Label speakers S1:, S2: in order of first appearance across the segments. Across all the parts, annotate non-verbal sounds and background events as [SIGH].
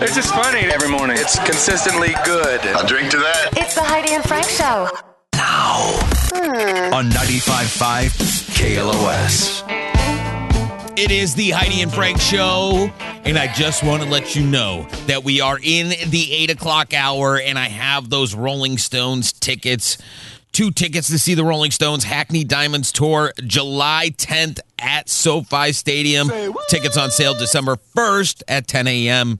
S1: It's just funny every morning. It's consistently good.
S2: I'll drink to that.
S3: It's the Heidi and Frank Show.
S4: Hmm.
S5: [LAUGHS]
S6: on 95.5 KLOS.
S5: It is the Heidi and Frank show, and I just want to let you know that we are in the eight o'clock hour, and I have those Rolling Stones tickets. Two tickets to see the Rolling Stones Hackney Diamonds Tour July 10th at SoFi Stadium. Tickets on sale December 1st at 10 a.m.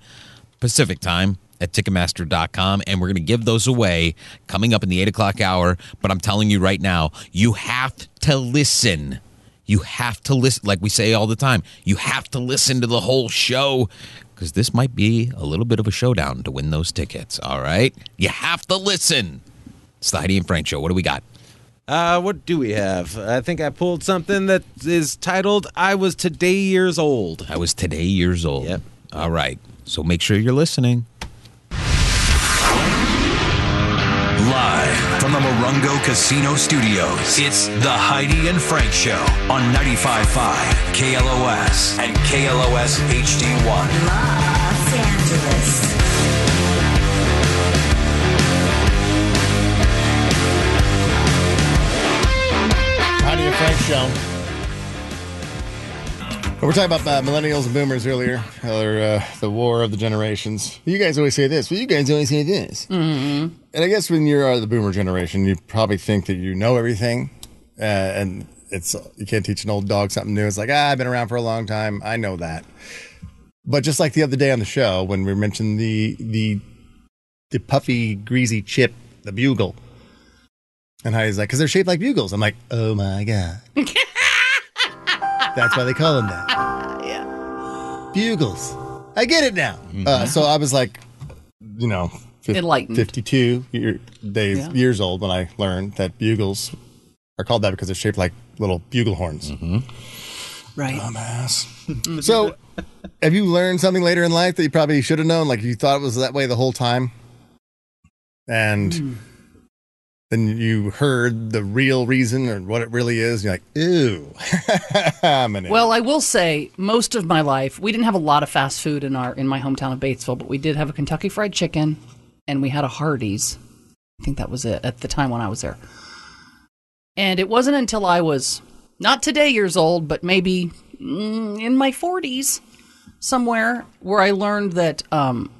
S5: Pacific time at Ticketmaster.com, and we're going to give those away coming up in the eight o'clock hour. But I'm telling you right now, you have to listen. You have to listen, like we say all the time, you have to listen to the whole show because this might be a little bit of a showdown to win those tickets. All right? You have to listen. It's the Heidi and Frank show. What do we got?
S7: Uh, what do we have? I think I pulled something that is titled "I Was Today Years Old."
S5: I was today years old.
S7: Yep.
S5: All right. So make sure you're listening.
S6: Live from the Morongo Casino Studios, it's the Heidi and Frank Show on 95.5 KLOS and KLOS HD1.
S8: Los Angeles.
S9: Howdy and Frank show. But we're talking about uh, millennials and boomers earlier, or, uh, the war of the generations. You guys always say this. Well, you guys always say this. Mm-hmm. And I guess when you're uh, the boomer generation, you probably think that you know everything, uh, and it's you can't teach an old dog something new. It's like ah, I've been around for a long time. I know that. But just like the other day on the show when we mentioned the the the puffy, greasy chip, the bugle, and how he's like, because they're shaped like bugles. I'm like, oh my god. That's why they call them that. yeah. Bugles. I get it now. Uh, so I was like, you know, fif-
S10: Mm-hmm. Enlightened.
S9: 52 year, days,
S10: Yeah.
S9: years old when I learned that bugles are called that because they're shaped like little bugle horns.
S10: Mm-hmm. Right.
S9: Dumbass. so [LAUGHS] have you learned something later in life that you probably should have known? Like you thought it was that way the whole time? And.
S10: Hmm.
S9: Then you heard the real reason or what it really is. And you're like, ew. [LAUGHS] I'm an idiot.
S10: Well, I will say, most of my life, we didn't have a lot of fast food in our in my hometown of Batesville, but we did have a Kentucky Fried Chicken, and we had a Hardee's. I think that was it at the time when I was there. And it wasn't until I was not today years old, but maybe mm, in my forties somewhere, where I learned that um,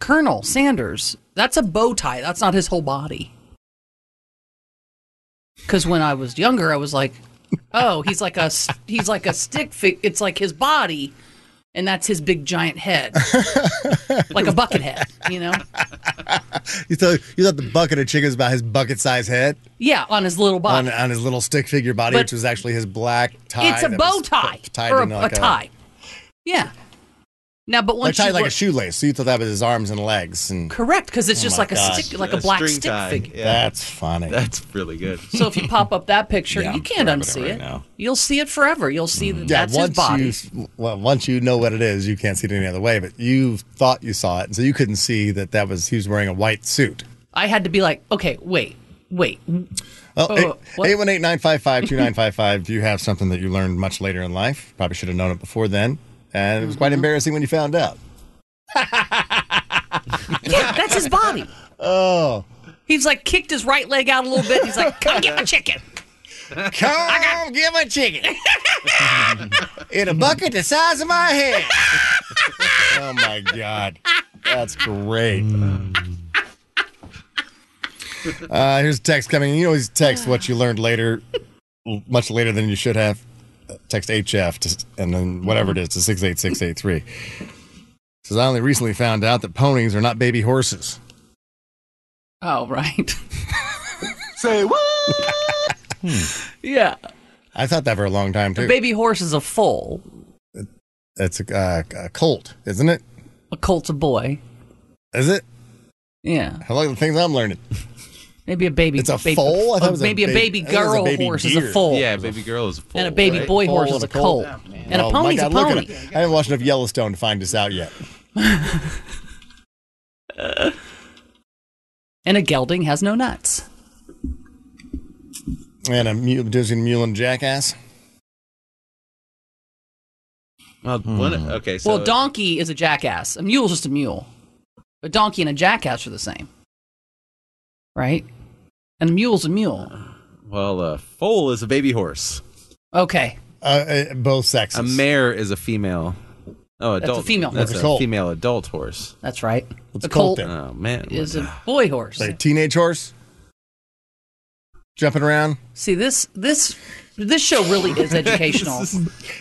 S10: Colonel Sanders that's a bow tie. That's not his whole body. Because when I was younger, I was like, oh, he's like a s- he's like a stick. Fi- it's like his body, and that's his big giant
S9: [LAUGHS]
S10: head, like a bucket head. You know,
S9: You thought you thought the bucket of chicken was about his bucket sized head
S10: yeah, on his little body.
S9: on, on his little stick figure body,
S10: But-
S9: which was actually his black tie.
S10: it's a
S9: that
S10: bow
S9: was
S10: tie
S9: t- tied
S10: or a,
S9: in like
S10: a tie. Yeah. Now, but
S9: Like
S10: once
S9: tied
S10: you
S9: like
S10: were-
S9: a shoelace. So you thought that was his arms and legs, and Oh
S10: correct, because it's just
S9: my
S10: like
S9: gosh.
S10: a stick, like a black
S7: string
S10: stick
S7: tie.
S10: figure.
S7: Yeah.
S9: that's funny.
S7: That's really good.
S10: So if you pop up that picture,
S7: Yeah,
S10: you can't
S7: I'm grabbing it
S10: unsee
S7: right
S10: it.
S7: now.
S10: You'll see it forever. You'll see that
S9: yeah,
S10: that's his
S9: once
S10: body.
S9: you well, once you know what it is, you can't see it any other way. But you thought you saw it, and so you couldn't see that that was he was wearing a white suit.
S10: I had to be like, okay, wait, wait.
S9: Well,
S10: Oh, what?
S9: eight one eight nine five five two nine five five. Do you have something that you learned much later in life? Probably should have known it before then, and it was
S10: Mm-hmm.
S9: quite embarrassing when you
S10: [LAUGHS]
S9: found out.
S10: Yeah, that's his body.
S9: [LAUGHS] Oh,
S10: He's like kicked his right leg out a little bit. And he's like, come get my chicken.
S9: Come get my chicken in a bucket [LAUGHS] the size of my head. oh my god, that's great. Uh, here's a text coming. You always text what you learned later, much later than you should have. Uh, Text HF to, and then whatever it is to six eight six eight three. Says I only recently found out that ponies are not baby horses.
S10: Oh, right.
S1: Say what?
S10: Hmm. yeah.
S9: I thought that for a long time
S10: The
S9: too.
S10: baby horse is a foal.
S9: That's a, uh, a colt, isn't it?
S10: A colt's a boy.
S9: Is it?
S10: Yeah.
S9: I like the things I'm learning.
S10: Maybe a baby.
S9: It's a
S10: baby,
S9: foal? I thought it was a
S10: maybe a
S9: baby-
S10: baby
S9: I thought it was a
S10: girl
S9: baby
S10: horse is
S9: deer.
S10: a foal.
S7: Yeah, baby girl is a fool.
S10: And a baby boy
S9: Foal
S10: horse
S9: and
S10: is
S9: a
S10: a colt.
S9: colt.
S10: and a
S9: Oh, my
S10: pony's
S9: God,
S10: a
S9: look at
S10: pony.
S9: it. I haven't watched enough Yellowstone to find this
S10: [LAUGHS]
S9: out yet.
S10: And a gelding has no nuts.
S9: And a mule, Disney mule and jackass.
S7: Well,
S10: Hmm.
S7: one, okay. So
S10: well, donkey is a jackass. A mule's just a mule. A donkey and a jackass are the same, right? And a mule's a mule.
S7: well, a foal is a baby horse.
S10: Okay.
S9: Uh, uh, both sexes.
S7: A mare is a female. Oh,
S10: a
S7: adult.
S10: female
S7: That's
S9: horse.
S7: a
S9: Colt.
S7: female adult horse.
S10: That's right.
S9: What's
S10: a
S9: a colt
S10: colt
S9: then?
S7: Oh man.
S10: is a boy horse.
S9: Like a teenage horse jumping around.
S10: See this this this show really is educational.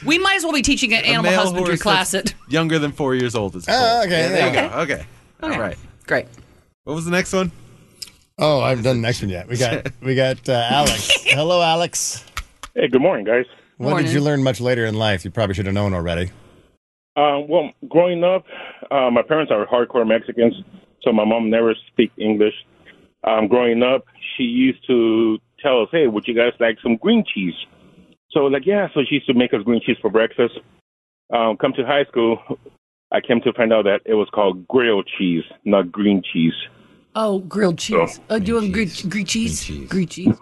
S10: we might as well be teaching an
S7: A
S10: animal
S7: male
S10: husbandry
S7: horse
S10: class.
S7: that's
S10: It
S7: Younger than four years old is. a
S9: Oh,
S7: foal.
S9: okay,
S7: Yeah, there
S9: yeah.
S7: you go. Okay. All right.
S10: great.
S7: What was the next one?
S9: Oh, I haven't done the next one yet.
S7: [LAUGHS]
S9: We [LAUGHS] got we got uh, Alex. Hello, Alex.
S2: Hey, good morning, guys.
S9: What
S10: Morning.
S9: did you learn much later in life? You probably should have known already.
S2: Uh, well, growing up, uh, my parents are hardcore Mexicans, so my mom never speak English. Um, growing up, she used to tell us, "Hey, would you guys like some green cheese?" So like, yeah. So she used to make us green cheese for breakfast. Um, come to high school, I came to find out that it was called grilled cheese, not green cheese.
S10: Oh, grilled cheese. Oh, do you want grilled grilled cheese? Grilled cheese.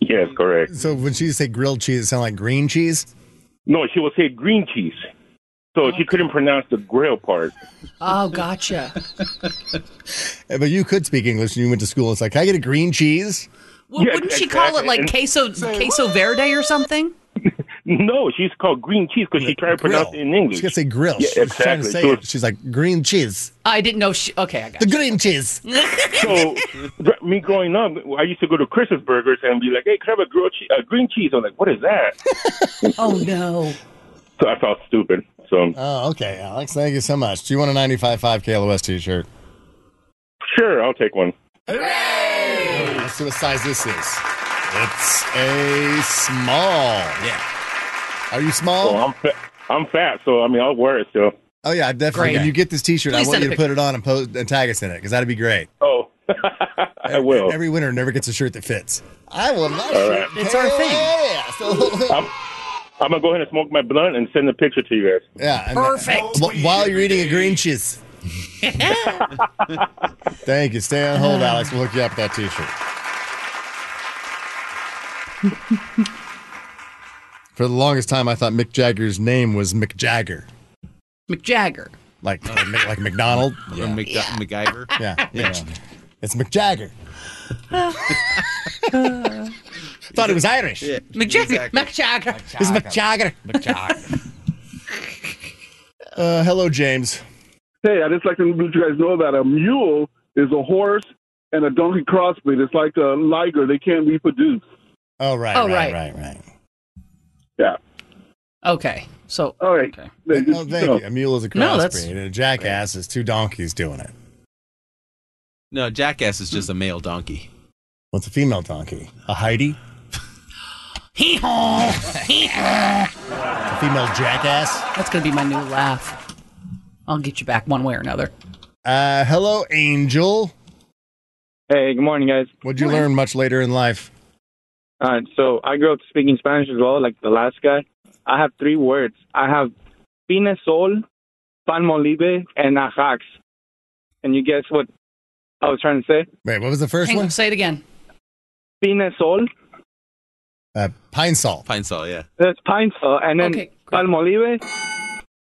S2: yes, correct.
S9: So when she say grilled cheese, it sounded like green cheese.
S2: No, she would say green cheese. So she couldn't pronounce the grill part.
S10: Oh, gotcha.
S9: Uh, But you could speak English, and you went to school. It's like, can I get a green cheese?
S10: Well,
S2: Yeah,
S10: wouldn't she call it
S2: exactly.
S10: like queso queso verde or something?
S2: No, she's called green cheese because she tried to pronounce it in English.
S9: She's gonna say grill.
S2: Yeah,
S9: She's trying to
S2: exactly.
S9: say
S2: So-
S9: it. She's like green cheese.
S10: I didn't know. She, okay, I got
S9: The
S10: it.
S9: green cheese.
S2: so gr- me growing up, I used to go to Chris's Burgers and be like, "Hey, can I have a grilled che- uh, green cheese?" I'm like, "What is that?"
S10: [LAUGHS] Oh no.
S2: so I felt stupid. So
S9: Oh, okay, Alex. Thank you so much. Do you want a 95.5 KLOS t-shirt?
S2: sure, I'll take one.
S9: Let's see what size this is. It's a small. Yeah. Are you small?
S2: So Oh, I'm fa- I'm fat, so I mean, I'll wear it still.
S9: Oh yeah, definitely.
S10: Great.
S9: When you get this T-shirt,
S10: Please
S9: I want
S10: send
S9: you
S10: a
S9: to put it on and post and tag us in it because that'd be great.
S2: Oh, I will.
S9: Every winner never gets a shirt that fits. I will not.
S2: right.
S10: [LAUGHS] It's our thing.
S9: Yeah. So,
S2: I'm, I'm gonna go ahead and smoke my blunt and send a picture to you guys.
S9: yeah. and-
S10: Perfect.
S9: wh- while you're eating a green cheese. Thank you. Stay on hold, Alex. We'll hook you up with that T-shirt. For the longest time, I thought Mick Jagger's name was Mick Jagger,
S10: McJagger.
S9: like like McDonald.
S7: Or Mc- MacGyver.
S9: Yeah. yeah. It's McJagger.
S10: [LAUGHS]
S9: Thought it was Irish.
S10: McJagger. McJagger.
S9: It's McJagger. McJagger. [LAUGHS] uh, hello, James.
S3: Hey, I just like to let you guys know that a mule is a horse and a donkey crossbreed. It's like a liger; they can't reproduce.
S9: Oh, right.
S10: Oh,
S9: right,
S10: right.
S9: right, right.
S3: Yeah.
S10: Okay. So
S3: All right. They
S9: Oh,
S3: just-
S9: thank
S3: no.
S9: you. A mule is a
S10: No,
S9: crossbreed.
S10: that's-
S9: and a jackass is two donkeys doing it.
S7: No, jackass is just a male donkey.
S9: What's a female donkey? A Heidi?
S6: [LAUGHS]
S10: hee haw. Hee haw.
S9: A female jackass?
S10: That's gonna be my new laugh. I'll get you back one way or another.
S9: Uh, hello, Angel.
S11: Hey, good morning, guys.
S9: What'd you learn much later in life?
S11: Uh, so I grew up speaking Spanish as well, like the last guy. I have three words. I have pine sol, pan molive, and ajax. And you guess what I was trying to say?
S9: Wait, what was the first
S10: Hang
S9: one?
S10: on, say it again.
S11: Pine sol,
S9: Uh, pine salt.
S7: Pine saw, yeah.
S11: that's pine sol, and then
S10: Okay, great.
S11: pan molive,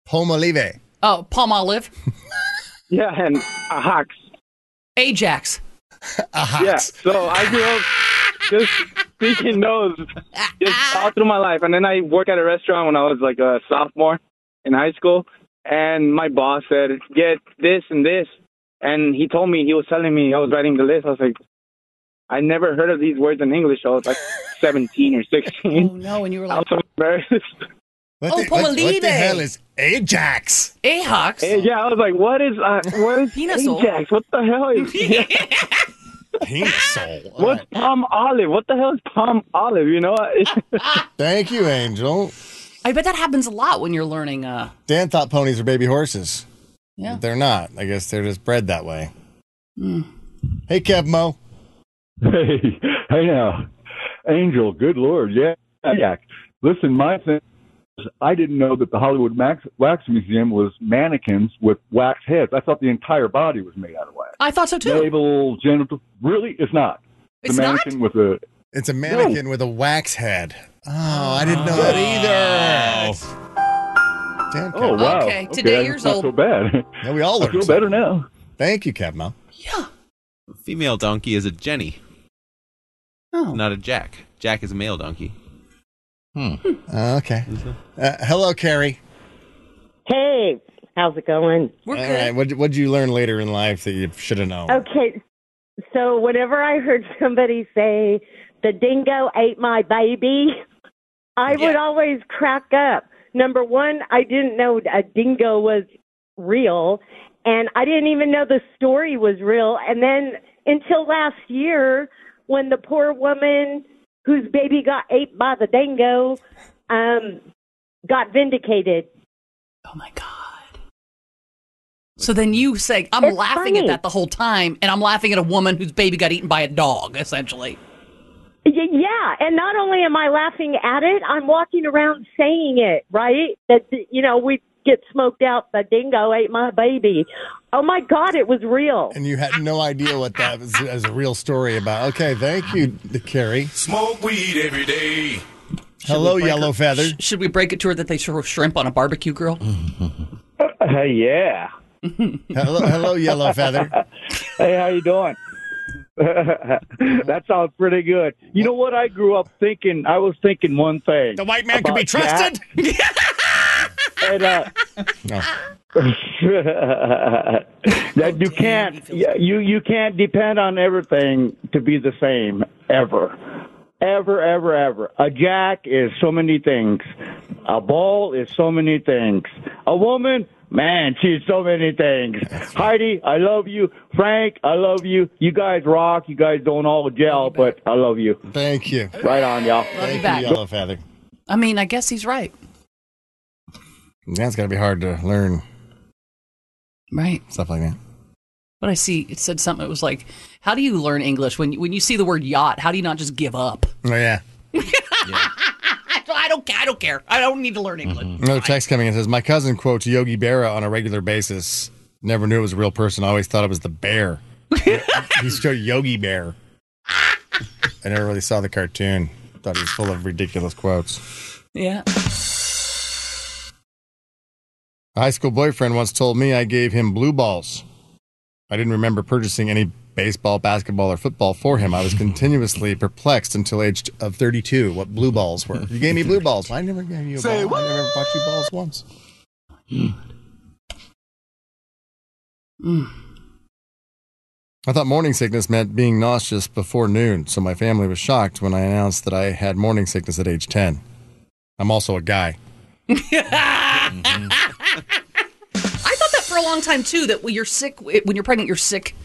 S9: Pomalive.
S10: Oh, palm olive.
S11: [LAUGHS] yeah, and ajax.
S10: Ajax.
S9: Aha.
S11: Yeah. So I grew up just speaking those just all through my life, and then I worked at a restaurant when I was like a sophomore in high school, and my boss said get this and this, and he told me he was telling me I was writing the list. I was like, I never heard of these words in English. I
S10: [LAUGHS]
S11: was like seventeen or
S10: Oh
S11: sixteen.
S10: no, and you were
S11: I was
S10: like
S11: so embarrassed.
S9: What,
S10: Oh,
S9: the, what, what
S10: Pomalive.
S9: the hell is Ajax?
S10: Ajax.
S11: Hey, yeah, I was like, what is uh, what is
S10: Penisole.
S11: Ajax? What the hell is
S9: Penisole. All
S11: what's
S9: right.
S11: palm olive? What the hell is palm olive? You know, [LAUGHS]
S9: Thank you, Angel.
S10: I bet that happens a lot when you're learning. Uh,
S9: Dan thought ponies were baby horses.
S10: yeah.
S9: But they're not. I guess they're just bred that way.
S10: hmm.
S9: Hey, Kevmo.
S3: Hey, hey now, Angel. Good Lord, yeah, yeah. Listen, my thing. is, I didn't know that the Hollywood Max, Wax Museum was mannequins with wax heads. I thought the entire body was made out of wax.
S10: I thought so too.
S3: Navel, genital. Really, it's not.
S10: It's
S3: the
S10: not?
S3: mannequin with a
S9: It's a mannequin with a wax head. Oh, I didn't know that either. Dan
S3: Oh,
S9: Catmull.
S3: wow. Okay, Okay, today that's years not old. so bad.
S9: Yeah, we all
S3: I feel
S9: learned
S3: better now.
S9: Thank you, Catmull.
S12: Female donkey is a Jenny.
S10: Oh.
S12: Not a Jack. Jack is a male donkey.
S9: Hmm. Uh, okay. Uh, hello, Carrie.
S4: Hey, how's it going?
S9: All right. What what did you learn later in life that you should have
S4: Uh,
S9: known?
S4: Okay, so whenever I heard somebody say, the dingo ate my baby, I would always crack up. Number one, I didn't know a dingo was real, and I didn't even know the story was real. And then until last year, when the poor woman whose baby got ate by the dingo um, got vindicated.
S10: So then you say, I'm
S4: It's
S10: laughing
S4: funny.
S10: at that the whole time, and I'm laughing at a woman whose baby got eaten by a dog, essentially.
S4: Y- Yeah, and not only am I laughing at it, I'm walking around saying it, right? That you know, we get smoked out the dingo ate my baby. Oh my god, it was real.
S9: And you had no idea what that was, was a real story about. Okay, thank you, Carrie.
S1: Smoke weed every day.
S9: Hello, Yellow Feather.
S10: should we break it to her that they serve shrimp on a barbecue grill?
S13: yeah.
S9: [LAUGHS] hello, hello, Yellow Feather.
S13: [LAUGHS] hey, how you doing? [LAUGHS] that sounds pretty good. You know what? I grew up thinking. I was thinking one thing. The
S9: white man can be trusted?
S13: [LAUGHS]
S9: [LAUGHS]
S13: and, uh, [LAUGHS] that you can't yeah, you you can't depend on everything to be the same ever ever ever ever a jack is so many things a ball is so many things a woman man she's so many things heidi i love you frank i love you you guys rock you guys don't all gel but i love you
S9: thank you
S13: right on y'all
S10: Thank you, back. Yellow
S9: Feather.
S10: I mean, I guess he's right.
S9: That's got to be hard to learn.
S10: Right.
S9: Stuff like that.
S10: But I see it said something. It was like, how do you learn English when when you see the word yacht? How do you not just give up?
S9: Oh, yeah.
S10: [LAUGHS] I, I don't. ca- I don't care. I don't need to learn English.
S9: Another text coming in says, My cousin quotes Yogi Berra on a regular basis. Never knew it was a real person. I always thought it was the bear. He's so Yogi Bear. I never really saw the cartoon. Thought he was full of ridiculous quotes.
S10: Yeah.
S9: A high school boyfriend once told me I gave him blue balls. I didn't remember purchasing any baseball, basketball, or football for him. I was continuously perplexed until age of 32 what blue balls were. You gave me blue balls. I never gave you a
S1: Say
S9: ball. I never bought you balls once. I thought morning sickness meant being nauseous before noon, so my family was shocked when I announced that I had morning sickness at age 10. I'm also a guy. Mm-hmm.
S10: [LAUGHS] I thought that for a long time too. That when you're sick, when you're pregnant, you're sick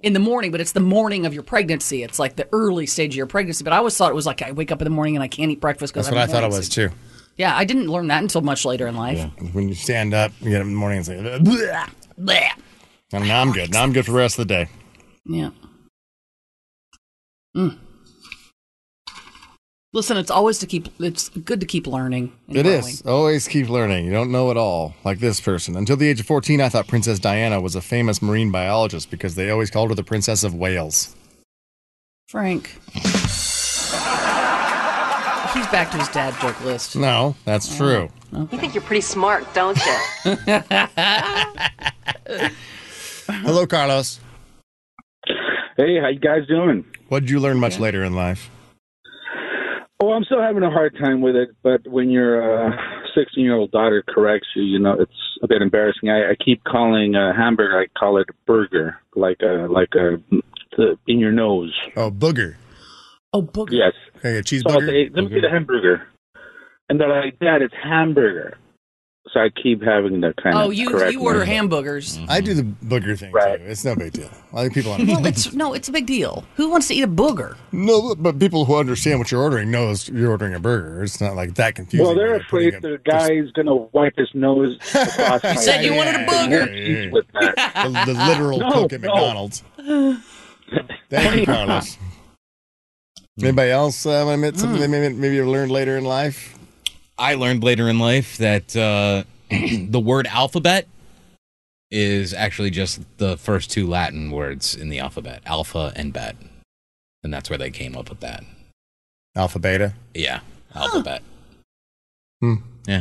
S10: in the morning, but it's the morning of your pregnancy. It's like the early stage of your pregnancy. But I always thought it was like I wake up in the morning and I can't eat breakfast because
S9: That's what I thought it was too.
S10: Yeah, I didn't learn that until much later in life.
S9: When you stand up, you get up in the morning and say, "Bleh."
S10: Blech.
S9: and now I'm good. Now I'm good for the rest of the day.
S10: Yeah. Mm. Listen, it's always to keep. It's good to keep learning. and
S9: It
S10: growing.
S9: is. Always keep learning. You don't know it all, like this person. Until the age of 14, I thought Princess Diana was a famous marine biologist because they always called her the Princess of Wales.
S10: Frank. He's back to his dad joke list.
S9: No, that's true.
S14: You think you're pretty smart, don't
S10: [LAUGHS]
S14: you?
S9: Hello, Carlos.
S15: Hey, how you guys doing?
S9: What did you learn much later in life?
S15: Oh, I'm still having a hard time with it, but when your uh, 16 year old daughter corrects you, you know it's a bit embarrassing. I, I keep calling a hamburger, I call it a burger, like a like a the, in your nose.
S9: Oh, booger.
S10: Oh, booger.
S15: Yes.
S9: Hey, a
S15: So I'll say, let me get a hamburger, and they're like, "Dad, it's hamburger." So I keep having that kind of.
S10: Oh, you
S15: correct
S10: you order
S15: me.
S10: hamburgers.
S9: Mm-hmm. I do the booger thing too. It's no big deal. I think people
S10: Well,
S9: understand.
S10: it's no, it's a big deal. Who wants to eat a booger?
S9: [LAUGHS] no, but people who understand what you're ordering knows you're ordering a burger. It's not like that confusing.
S15: Well, they're afraid the guy is going to wipe his
S10: [LAUGHS]
S15: nose across. my
S10: said you wanted a
S15: face.
S10: burger.
S15: Jeez, with that.
S9: [LAUGHS]
S15: [LAUGHS]
S9: the, the literal
S15: No,
S9: cook at
S15: no.
S10: [LAUGHS]
S9: McDonald's. Thank
S15: [LAUGHS]
S9: you, Carlos. Anybody else uh, want to admit
S15: Hmm.
S9: something they maybe, maybe you learned later in life?
S16: I learned later in life that uh, [CLEARS THROAT] the word alphabet is actually just the first two Latin words in the alphabet, alpha and bet. And that's where they came up with that.
S9: Alpha Beta.
S16: Yeah, alphabet. Yeah. A B.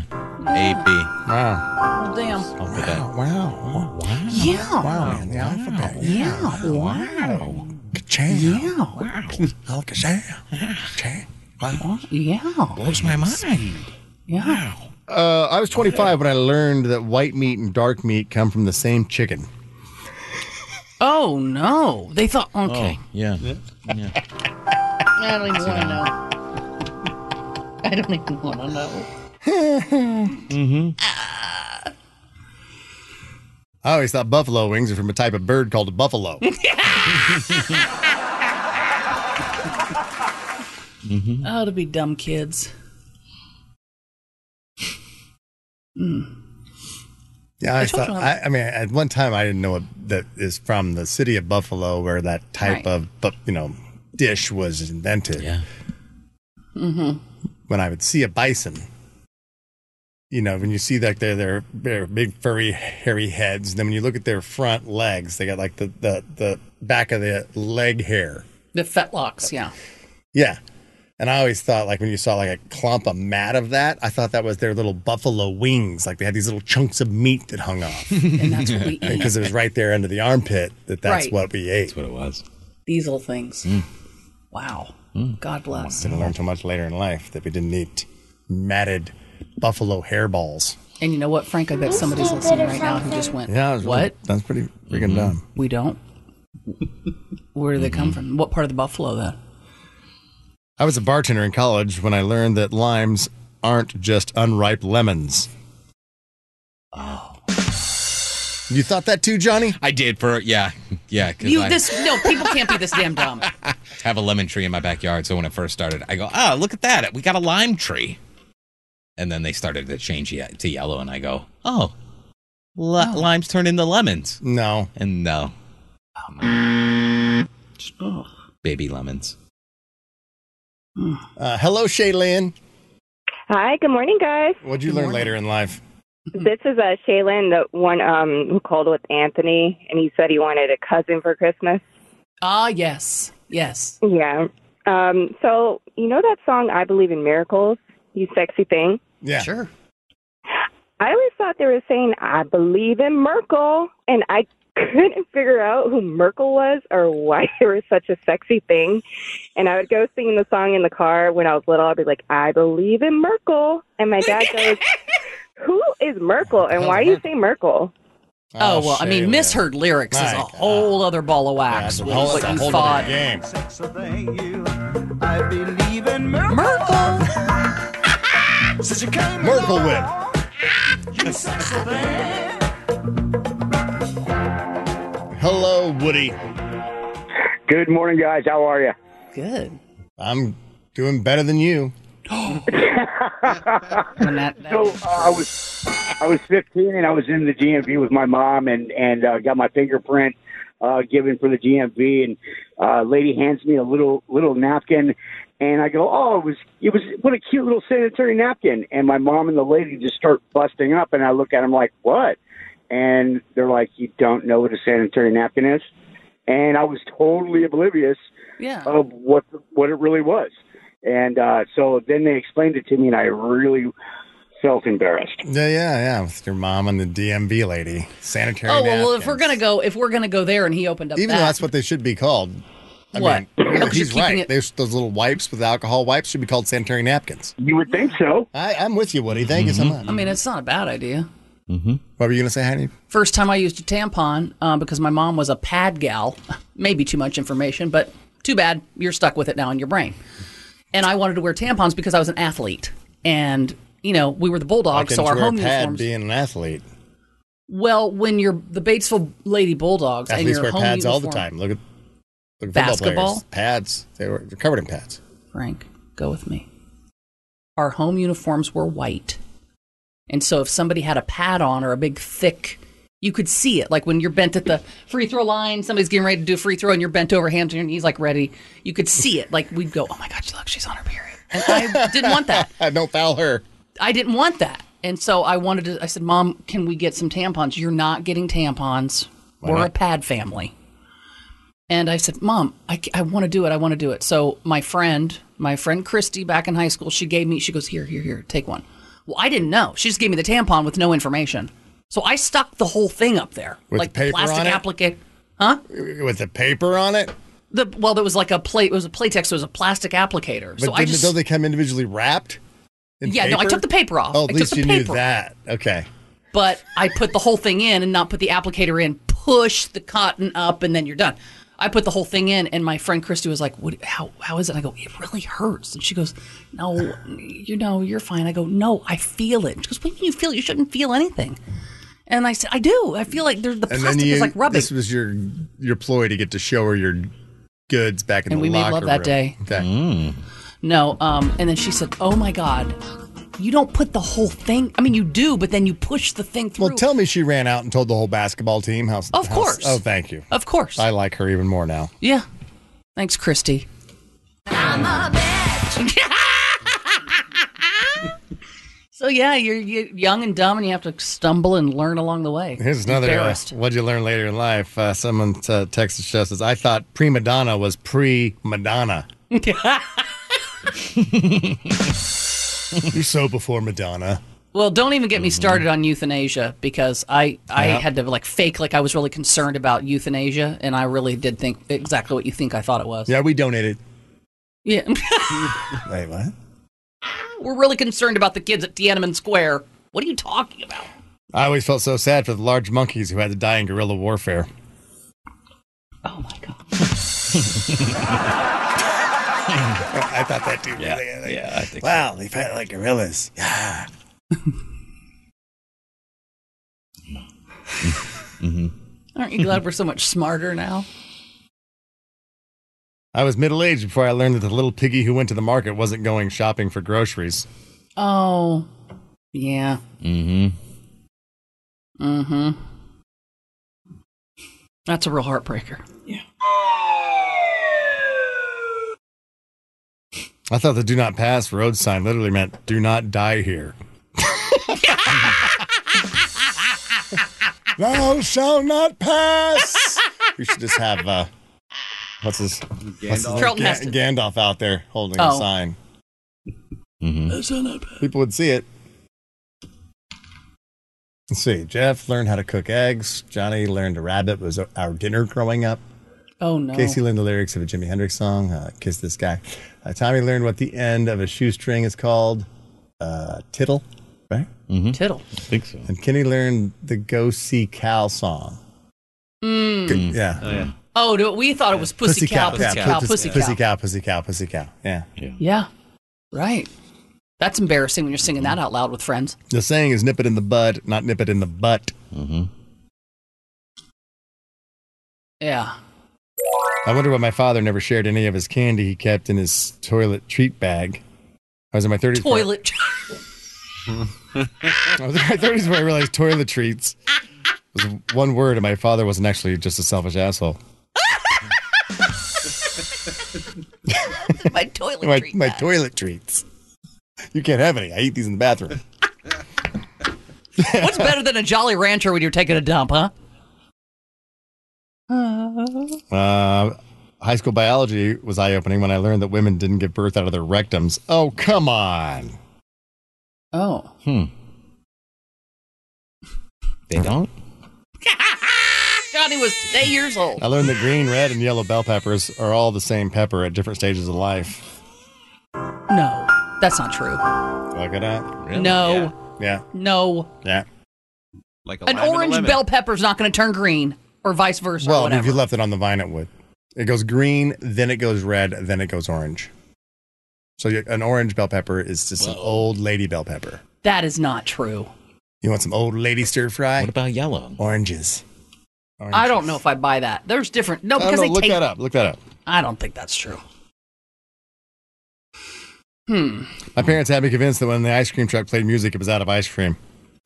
S9: Hmm. Wow.
S10: Well, damn.
S16: Alphabet.
S9: Wow. Wow. Wow.
S10: Yeah.
S9: Oh, Wow, man. The alphabet. Yeah. Wow. Ka-cham. Yeah. Wow. Oh, ka-cham. Ka-cham. Wow.
S10: Yeah.
S5: Blows my mind.
S10: Yeah.
S9: Uh, I was 25 when I learned that white meat and dark meat come from the same chicken.
S10: Oh no! They thought
S9: Oh.
S10: okay.
S16: Yeah.
S10: [LAUGHS]
S16: yeah.
S10: I don't even want to know. I don't even want to know.
S16: mm-hmm.
S9: I always thought buffalo wings are from a type of bird called a buffalo.
S10: [LAUGHS] Oh, to be dumb kids.
S9: Yeah, I,
S10: Hmm. I told
S9: thought,
S10: you I-
S9: I, I mean, at one time I didn't know what that is from the city of Buffalo, where that type
S10: Right.
S9: of bu- you know dish was invented. Yeah.
S10: Mm-hmm.
S9: When I would see a bison, you know, when you see like their their, their big furry hairy heads, and then when you look at their front legs, they got like the the, the back of the leg hair.
S10: The fetlocks, yeah.
S9: Yeah. And I always thought, like, when you saw like a clump of mat of that, I thought that was their little buffalo wings. Like, they had these little chunks of meat that hung off.
S10: [LAUGHS] and that's what we eat.
S9: [LAUGHS] Because it was right there under the armpit that that's
S10: Right.
S9: what we ate. That's
S16: what it was.
S10: These little things.
S9: Hmm.
S10: Wow. God bless.
S9: Didn't learn until much later in life that we didn't eat matted buffalo hairballs.
S10: And you know what, Frank? I bet somebody's listening right now who just went,
S9: Yeah. It was
S10: "What?
S9: Really, that's pretty freaking dumb.
S10: We don't. [LAUGHS] Where do they
S9: Mm-hmm.
S10: come from? What part of the buffalo, then?
S9: I was a bartender in college when I learned that limes aren't just unripe lemons. Oh. You thought that too, Johnny?
S16: I did for yeah, yeah. Cause
S10: You
S16: I
S10: this no people can't be this damn dumb.
S16: have a lemon tree in my backyard, so when it first started, I go, ah, look at that, we got a lime tree. And then they started to change ye- to yellow, and I go, oh, li- limes turn into lemons.
S9: No,
S16: and no, Oh, baby lemons.
S9: Uh, hello, Shaylin.
S17: Hi, good morning, guys.
S9: What'd you learn later in life?
S17: This is uh, Shaylin, the one um, who called with Anthony, and he said he wanted a cousin for Christmas.
S10: Ah, yes, yes.
S17: Yeah. Um, so, you know that song, I Believe in Miracles, You Sexy Thing?
S9: Yeah.
S10: Sure.
S17: I always thought they were saying, I believe in Merkel, and I couldn't [LAUGHS] figure out who Merkel was or why they were such a sexy thing. And I would go singing the song in the car when I was little. I'd be like, I believe in Merkel. And my dad
S10: [LAUGHS]
S17: goes, Who is Merkel, and why do you say Merkel?
S10: Oh, well, I mean, misheard lyrics is
S17: My
S10: a whole other ball of wax.
S17: Yeah,
S10: which
S17: that's a
S10: is
S17: whole-
S10: what
S17: that's a whole
S10: you
S17: other
S10: thought.
S9: game.
S18: I believe in Merkel. [LAUGHS] Since you came
S9: Merkel whip.
S18: you sexy thing.
S9: Hello, Woody.
S19: Good morning, guys. How are you?
S10: Good.
S9: I'm doing better than you.
S19: so uh, I was I was 15 and I was in the GMV with my mom and and uh, got my fingerprint uh, given for the GMV and uh, lady hands me a little little napkin and I go oh it was it was what a cute little sanitary napkin and my mom and the lady just start busting up and I look at them like what and they're like you don't know what a sanitary napkin is and I was totally oblivious
S10: Yeah.
S19: of what what it really was. And uh, so then they explained it to me, and I really felt embarrassed.
S9: Yeah, yeah, yeah. With your mom and the DMV lady. Sanitary
S10: Oh well, well, if
S9: napkin.
S10: we're gonna go, if we're gonna go there, and he opened up
S9: Even though
S10: that,
S9: that's what they should be called. I
S10: What?
S9: mean,
S10: Because you're
S9: he's
S10: keeping
S9: right.
S10: it-
S9: Those, those little wipes with alcohol wipes should be called sanitary napkins.
S19: You would think so.
S9: I, I'm with you, Woody. Thank you so much.
S10: I mean, it's not a bad idea.
S9: What were you going to say, honey?
S10: First time I used a tampon um, because my mom was a pad gal. [LAUGHS] Maybe too much information, but too bad. You're stuck with it now in your brain. And I wanted to wear tampons because I was an athlete, and you know we were the
S9: Why
S10: Bulldogs,
S9: couldn't
S10: so our
S9: you wear a
S10: home
S9: pad
S10: uniforms.
S9: being an athlete?
S10: Well, when you're the Batesville Lady Bulldogs and
S9: Athletes
S10: your
S9: wear
S10: home
S9: pads all the
S10: uniform-
S9: time. Look at look at football
S10: Basketball?
S9: players. Pads. They were, they're covered in pads.
S10: Frank, go with me. Our home uniforms were white. And so if somebody had a pad on or a big thick, you could see it. Like when you're bent at the free throw line, somebody's getting ready to do a free throw and you're bent over, hands on your knees, like ready. You could see it. Like we'd go, oh my gosh, look, she's on her period. And I didn't want that.
S9: [LAUGHS] Don't foul her.
S10: I didn't want that. And so I wanted to, I said, Mom, can we get some tampons? You're not getting tampons.
S20: Why
S10: We're
S20: not?
S10: a pad family. And I said, Mom, I, ca- I want to do it. I want to do it. So my friend, my friend Christy back in high school, she gave me, she goes, Here, here, here, take one. Well, I didn't know. She just gave me the tampon with no information. So I stuck the whole thing up there,
S9: With
S10: like
S9: paper
S10: plastic
S9: on it?
S10: applicator. Huh?
S9: With the paper on it.
S10: The well, there was like a plate. It was a playtex. So it was a plastic applicator.
S9: But
S10: so I
S9: didn't-
S10: just
S9: don't they come individually wrapped? in
S10: Yeah, no, I
S9: paper?
S10: took the paper off.
S9: Oh,
S10: I
S9: at
S10: took
S9: least
S10: the
S9: you
S10: paper
S9: knew
S10: off.
S9: that. Okay.
S10: but I put the whole thing in and not put the applicator in. Push the cotton up, and then you're done. I put the whole thing in, and my friend Christy was like, "What? How? How is it?" I go, "It really hurts," and she goes, "No, you know, you're fine." I go, "No, I feel it." She goes, "What do you feel? You shouldn't feel anything." And I said, "I do. I feel like there, the
S9: And
S10: plastic
S9: then you,
S10: is like rubbing."
S9: this was your your ploy to get to show her your goods back in
S10: And
S9: the
S10: we made
S9: locker
S10: love that
S9: room.
S10: day.
S9: Okay.
S10: No. Um, and then she said, "Oh my god, you don't put the whole thing. I mean, you do, but then you push the thing through."
S9: Well, tell me she ran out and told the whole basketball team how.
S10: Of
S9: how-
S10: course.
S9: Oh, thank you.
S10: Of course.
S9: I like her even more now.
S10: yeah. Thanks, Christy. [LAUGHS] So yeah, you're, you're young and dumb, and you have to stumble and learn along the way.
S9: Here's another. Uh,
S10: Embarrassed.
S9: what'd you learn later in life? Uh, someone uh, texted us says, "I thought prima donna was pre Madonna. You're so before Madonna.
S10: [LAUGHS] well, don't even get me started on euthanasia because I I
S9: Yeah.
S10: had to like fake like I was really concerned about euthanasia, and I really did think exactly what you think I thought it was.
S9: Yeah, we donated.
S10: Yeah,
S9: Wait, what?
S10: [LAUGHS] we're really concerned about the kids at Tiananmen Square. What are you talking about?
S9: I always felt so sad for the large monkeys who had to die in guerrilla warfare. [LAUGHS] I thought that too. Yeah, yeah I think wow, they fight like gorillas. Yeah.
S10: Aren't you glad we're so much smarter now?
S9: I was middle aged before I learned that the little piggy who went to the market wasn't going shopping for groceries.
S10: Oh, yeah.
S9: Mm-hmm.
S10: Mm-hmm. That's a real heartbreaker.
S9: I thought the "Do Not Pass" road sign literally meant "Do not die here." [LAUGHS] Thou shall not pass. [LAUGHS] we should just have uh, what's his what's his
S18: Gandalf.
S9: name?
S18: Charlton
S9: Ga-
S18: Heston.
S9: Gandalf out there holding a
S18: Oh.
S9: sign.
S18: That's not bad.
S9: People would see it. Let's see. Jeff learned how to cook eggs. Johnny learned a rabbit was our dinner growing up.
S10: Oh no.
S9: Casey learned the lyrics of a Jimi Hendrix song, uh, Kiss This Guy. Uh, Tommy learned what the end of a shoestring is called, uh, Tittle, right?
S16: Mm-hmm.
S10: Tittle.
S16: I think so.
S9: And Kenny learned the Go See Cal song.
S10: Mm.
S9: Good- Yeah.
S16: Oh, yeah.
S10: Oh, no, we thought it was pussy, cow, pussy
S9: yeah,
S10: cow,
S9: pussy,
S10: pussy cow,
S9: pussy cow, pussy cow, pussy cow. Yeah.
S10: Yeah, right. That's embarrassing when you're singing that out loud with friends.
S9: The saying is nip it in the bud, not nip it in the butt. Mm-hmm.
S10: Yeah.
S9: I wonder why my father never shared any of his candy he kept in his toilet treat bag. I was in my 30s. before-
S10: Toilet.
S9: [LAUGHS] I was in my 30s where I realized toilet treats was one word, and my father wasn't actually just a selfish asshole.
S10: [LAUGHS] my toilet
S9: my,
S10: treat
S9: my
S10: bag.
S9: toilet treats. You can't have any. I eat these in the bathroom.
S10: [LAUGHS] What's better than a Jolly Rancher when you're taking a dump, huh?
S9: Uh, high school biology was eye opening when I learned that women didn't give birth out of their rectums. Oh, come on.
S10: Oh.
S16: Hmm. They don't?
S10: Johnny was eight years old.
S9: I learned that green, red, and yellow bell peppers are all the same pepper at different stages of life.
S10: No, that's not true.
S9: Look at that.
S10: Really? No.
S9: Yeah.
S10: No,
S9: Yeah.
S12: Like
S10: an orange bell pepper's not going to turn green, or vice versa. or
S9: Well,
S10: whatever.
S9: if you left it on the vine, it would. It goes green, then it goes red, then it goes orange. So you- an orange bell pepper is just an old lady bell pepper.
S10: That is not true.
S9: You want some old lady stir fry? What
S16: about yellow?
S9: Oranges.
S10: I don't know if I buy that. There's different. No,
S9: I don't
S10: because
S9: know.
S10: they
S9: Look
S10: take.
S9: that up. Look that up.
S10: I don't think that's true. Hmm.
S9: My parents had me convinced that when the ice cream truck played music, it was out of ice cream.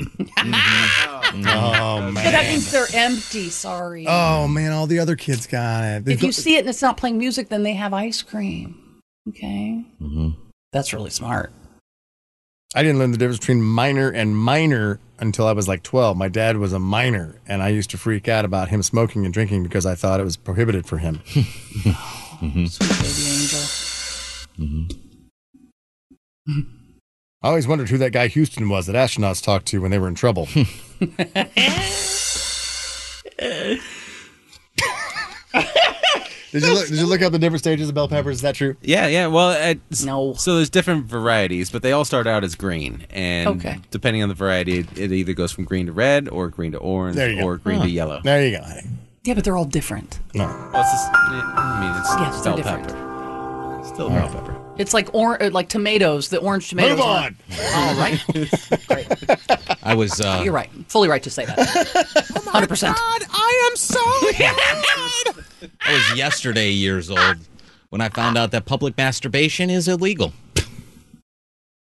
S9: Oh,
S10: Yeah, Mm-hmm. that
S9: man.
S10: means they're empty. Sorry.
S9: Oh, man. All the other kids got it.
S10: If you see it and it's not playing music, then they have ice cream. Okay. That's really smart.
S9: I didn't learn the difference between minor and minor until I was like 12. My dad was a minor, and I used to freak out about him smoking and drinking because I thought it was prohibited for him.
S10: [LAUGHS] Sweet baby angel.
S9: I always wondered who that guy Houston was that astronauts talked to when they were
S10: [LAUGHS]
S9: in trouble. Did you look? Did you look up the different stages of bell peppers? Is that true?
S7: Yeah, yeah. Well, it's, no. So there's different varieties, but they all start out as green, and
S9: Okay.
S7: depending on the variety, it, it either goes from green to red, or green to orange,
S9: There you go.
S7: or green
S9: Huh.
S7: to yellow.
S9: There you go.
S10: Yeah, but they're all different.
S9: No.
S7: Well, it's just, I mean, it's
S10: Yes, they're
S7: still
S10: different.
S7: pepper. Still bell pepper.
S10: It's like or uh, like tomatoes. The orange tomatoes.
S7: Move
S10: aren't- All right,
S16: I was. Uh,
S10: Oh, you're right. Fully right to say
S9: [LAUGHS]
S10: that.
S9: Oh
S10: Hundred percent.
S16: I am so I was yesterday years old when I found out that public masturbation is illegal.
S10: [LAUGHS]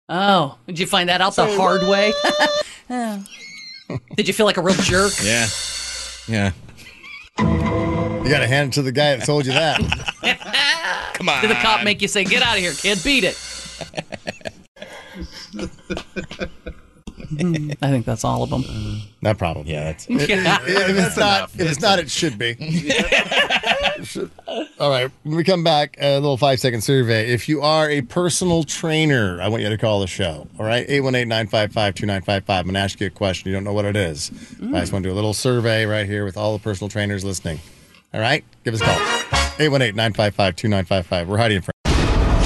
S10: Oh, did you find that out the
S21: Say
S10: hard way? Oh. [LAUGHS] Did you feel like a real jerk?
S16: Yeah. Yeah.
S9: You got to hand it to the guy that told you that.
S10: Come Did the cop make you say, "Get out of here, kid, beat it"? [LAUGHS] I think that's all of them.
S9: That problem.
S16: Yeah, that's.
S9: If, if it's
S10: That's
S9: not,
S10: enough.
S9: if it's not, it should be. [LAUGHS] Should- All right. When we come back, a little five second survey. If you are a personal trainer, I want you to call the show. All right. 818 955 2955. I'm going to ask you a question. You don't know what it is. I just want to do a little survey right here with all the personal trainers listening. All right. Give us a call. 818 955 2955. We're Heidi and Frank.